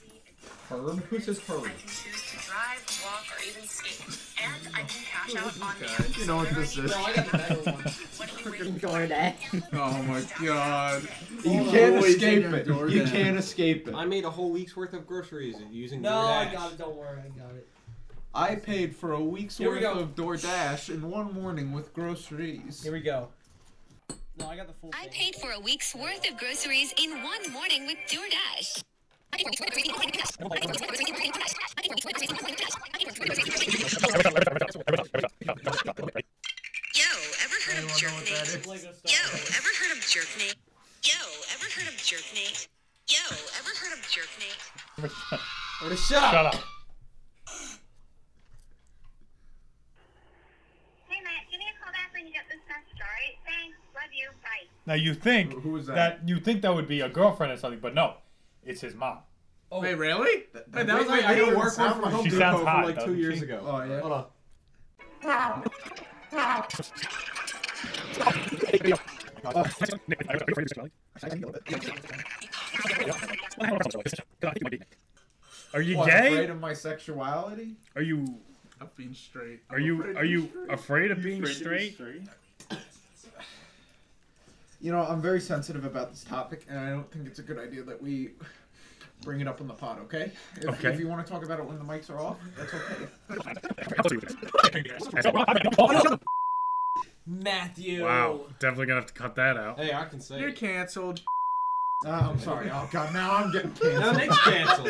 Herb? Who says Herb?
Drive, walk, or even skate, and I can cash out on the.
You know what this is?
I got the better one.
What are you waiting for?
Oh my god.
You can't
Always
escape
in your
it.
door
You
down.
can't escape it.
I made a whole week's worth of groceries using
No, I
DoorDash.
got it. Don't worry, I got it.
I paid for a week's
Here we
worth
go.
of DoorDash in one morning with groceries.
Here we go. No, I got the full.
I
thing.
paid for a week's worth of groceries in one morning with DoorDash. Yo, ever heard of jerknate?
Lego Star
Yo,
Wars.
ever heard of jerknate? Yo, ever heard of jerknate? Yo, ever heard of jerknate?
Or shut up.
Shut up.
Hey Matt, give me a call back when you get this message, alright? Thanks, love you, bye.
Now you think
Who- who was that?
that? you think that would be a girlfriend or something, but no, it's his mom.
Wait, really? That, that
Wait,
was
wait,
like
I got
later.
a work one from Home
She
Depot
sounds
for
hot,
like two
doesn't
years
she?
ago.
Oh yeah.
Hold on.
Yo,
Are you
What,
gay?
Afraid of my sexuality?
Are you?
I'm being straight.
Are you? Are you afraid of being straight?
You know, I'm very sensitive about this topic, and I don't think it's a good idea that we bring it up on the pod. Okay? If,
Okay.
If you want to talk about it when the mics are off, that's okay.
Matthew.
Wow, definitely gonna have to cut that out.
Hey, I can say.
You're
it.
canceled.
Uh, I'm sorry. Oh god, now I'm getting
No,
canceled.
Nick's canceled.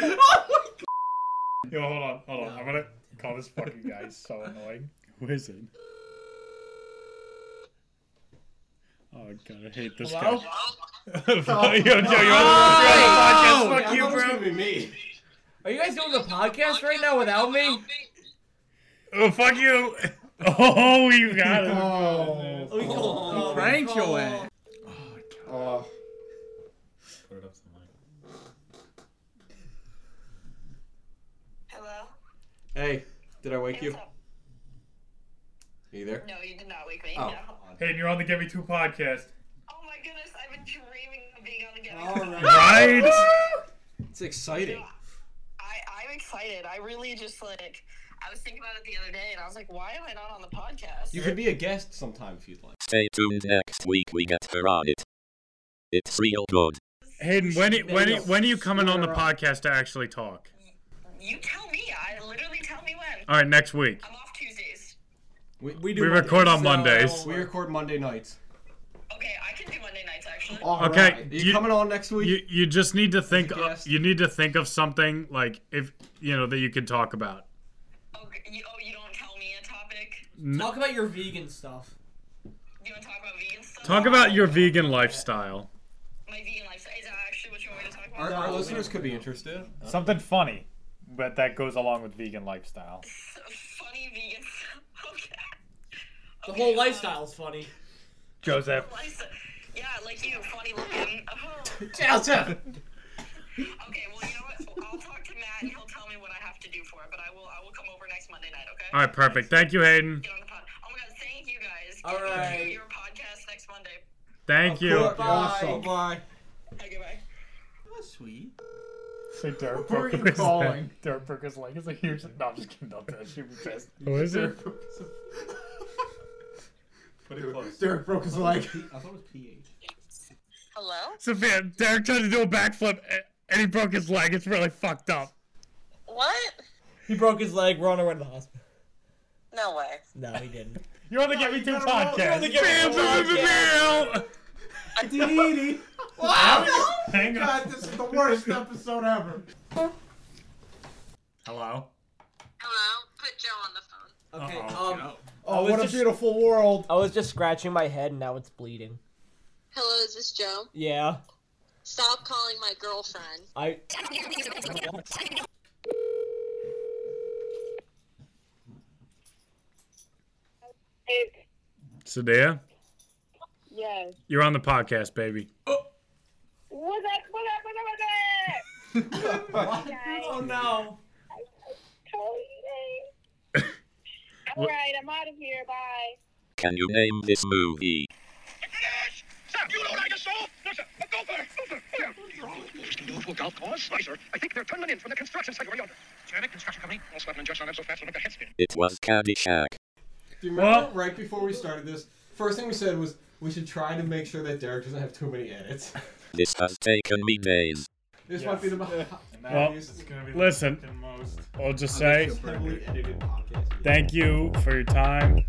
Yo, hold on, hold on. I'm gonna call this fucking guy. He's so annoying. Who is it? Oh god, I hate this guy. yo, Joe, you
Oh,
want to podcast? Fuck
I
you,
thought it was gonna
bro.
be me.
Are you guys doing the podcast right now without me?
Oh, fuck you. Oh, you got it.
Oh.
Oh, you called-
Frank
oh,
your ass.
Oh.
Put it up to the mic.
Hello?
Hey, did I wake
Hey,
you?
what's up?
Are you there?
No, you did not wake me.
Oh.
No.
Hey, and you're on the Give Me Two podcast,
Oh my goodness, I've been dreaming of being on the
Oh,
game.
right?
It's exciting.
I, I'm excited. I really just like, I was thinking about it the other day and I was like, why am I not on the podcast?
You can be a guest sometime if you'd like.
Stay tuned next week, we get her on it. It's real good.
Hayden, when it- when it- when are you coming on the
Swear up.
podcast to actually talk?
You tell me. I literally tell me when.
All right, next week.
I'm off Tuesdays.
We, we do.
We
Mondays.
record on
So-
Mondays.
We record Monday nights.
Okay, I can do Monday nights actually.
All
Okay.
right.
Are you,
You-
coming on next week?
You you just need to think.
a
Of,
guest.
you need to think of something like if you know that you can talk about.
Okay, you, oh, you don't tell me a topic?
Talk about your vegan stuff.
You want to talk about vegan stuff?
Talk about your vegan lifestyle.
My vegan lifestyle. Is that actually what you want me to talk about?
Our, our
No.
listeners could be interested.
Something funny, but that goes along with vegan lifestyle.
Funny vegan stuff. Okay.
The whole lifestyle's funny.
Joseph.
Lifestyle. Yeah, like you, funny looking. Oh. Okay, well, you know what? I'll talk to Matt and he'll tell me what I have to do for it, but I will I will come over next Monday night, okay?
All right, perfect. Thank you, Hayden.
Get on the pod. Oh my god, thank you guys.
All right.
Your podcast next Monday.
Thank you.
Bye.
Awesome.
Bye.
Okay, bye.
That's sweet.
Say Derek
Who are you calling?
Derek broke his leg. It's like here's no. I'm just kidding. Don't do that. She was pissed. Who Oh, is it?
Put it close.
Derek broke his leg.
I thought it was PH.
Hello?
Sophia. Derek tried to do a backflip eh, and he broke his leg. It's really fucked up.
What?
He broke his leg. We're on our way to the hospital.
No way.
No, he didn't.
You're on the Get Me Two podcast.
Get Me Two
Bam, bam, bam,
Dee-dee.
bam. Hang on.
God, this is the worst episode ever.
Hello.
Hello? Put Joe on the phone.
Okay.
Uh-oh.
Um,
Oh,
was
what a
just-
beautiful world.
I was just scratching my head and now it's bleeding.
Hello, is this Joe?
Yeah.
Stop calling my girlfriend.
I.
Sadea,
Yes.
you're on the podcast, baby.
What up, what up, what up, what up?
Oh no.
All right, I'm out of here. Bye.
Can you name this movie? It was Caddyshack.
Do you remember
Well-
right before we started this? First thing we said was we should try to make sure that Derek doesn't have too many edits.
This has taken me days.
This might be the most
Well, listen. I'll just say
heavily edited podcast. we've
thank you for your time.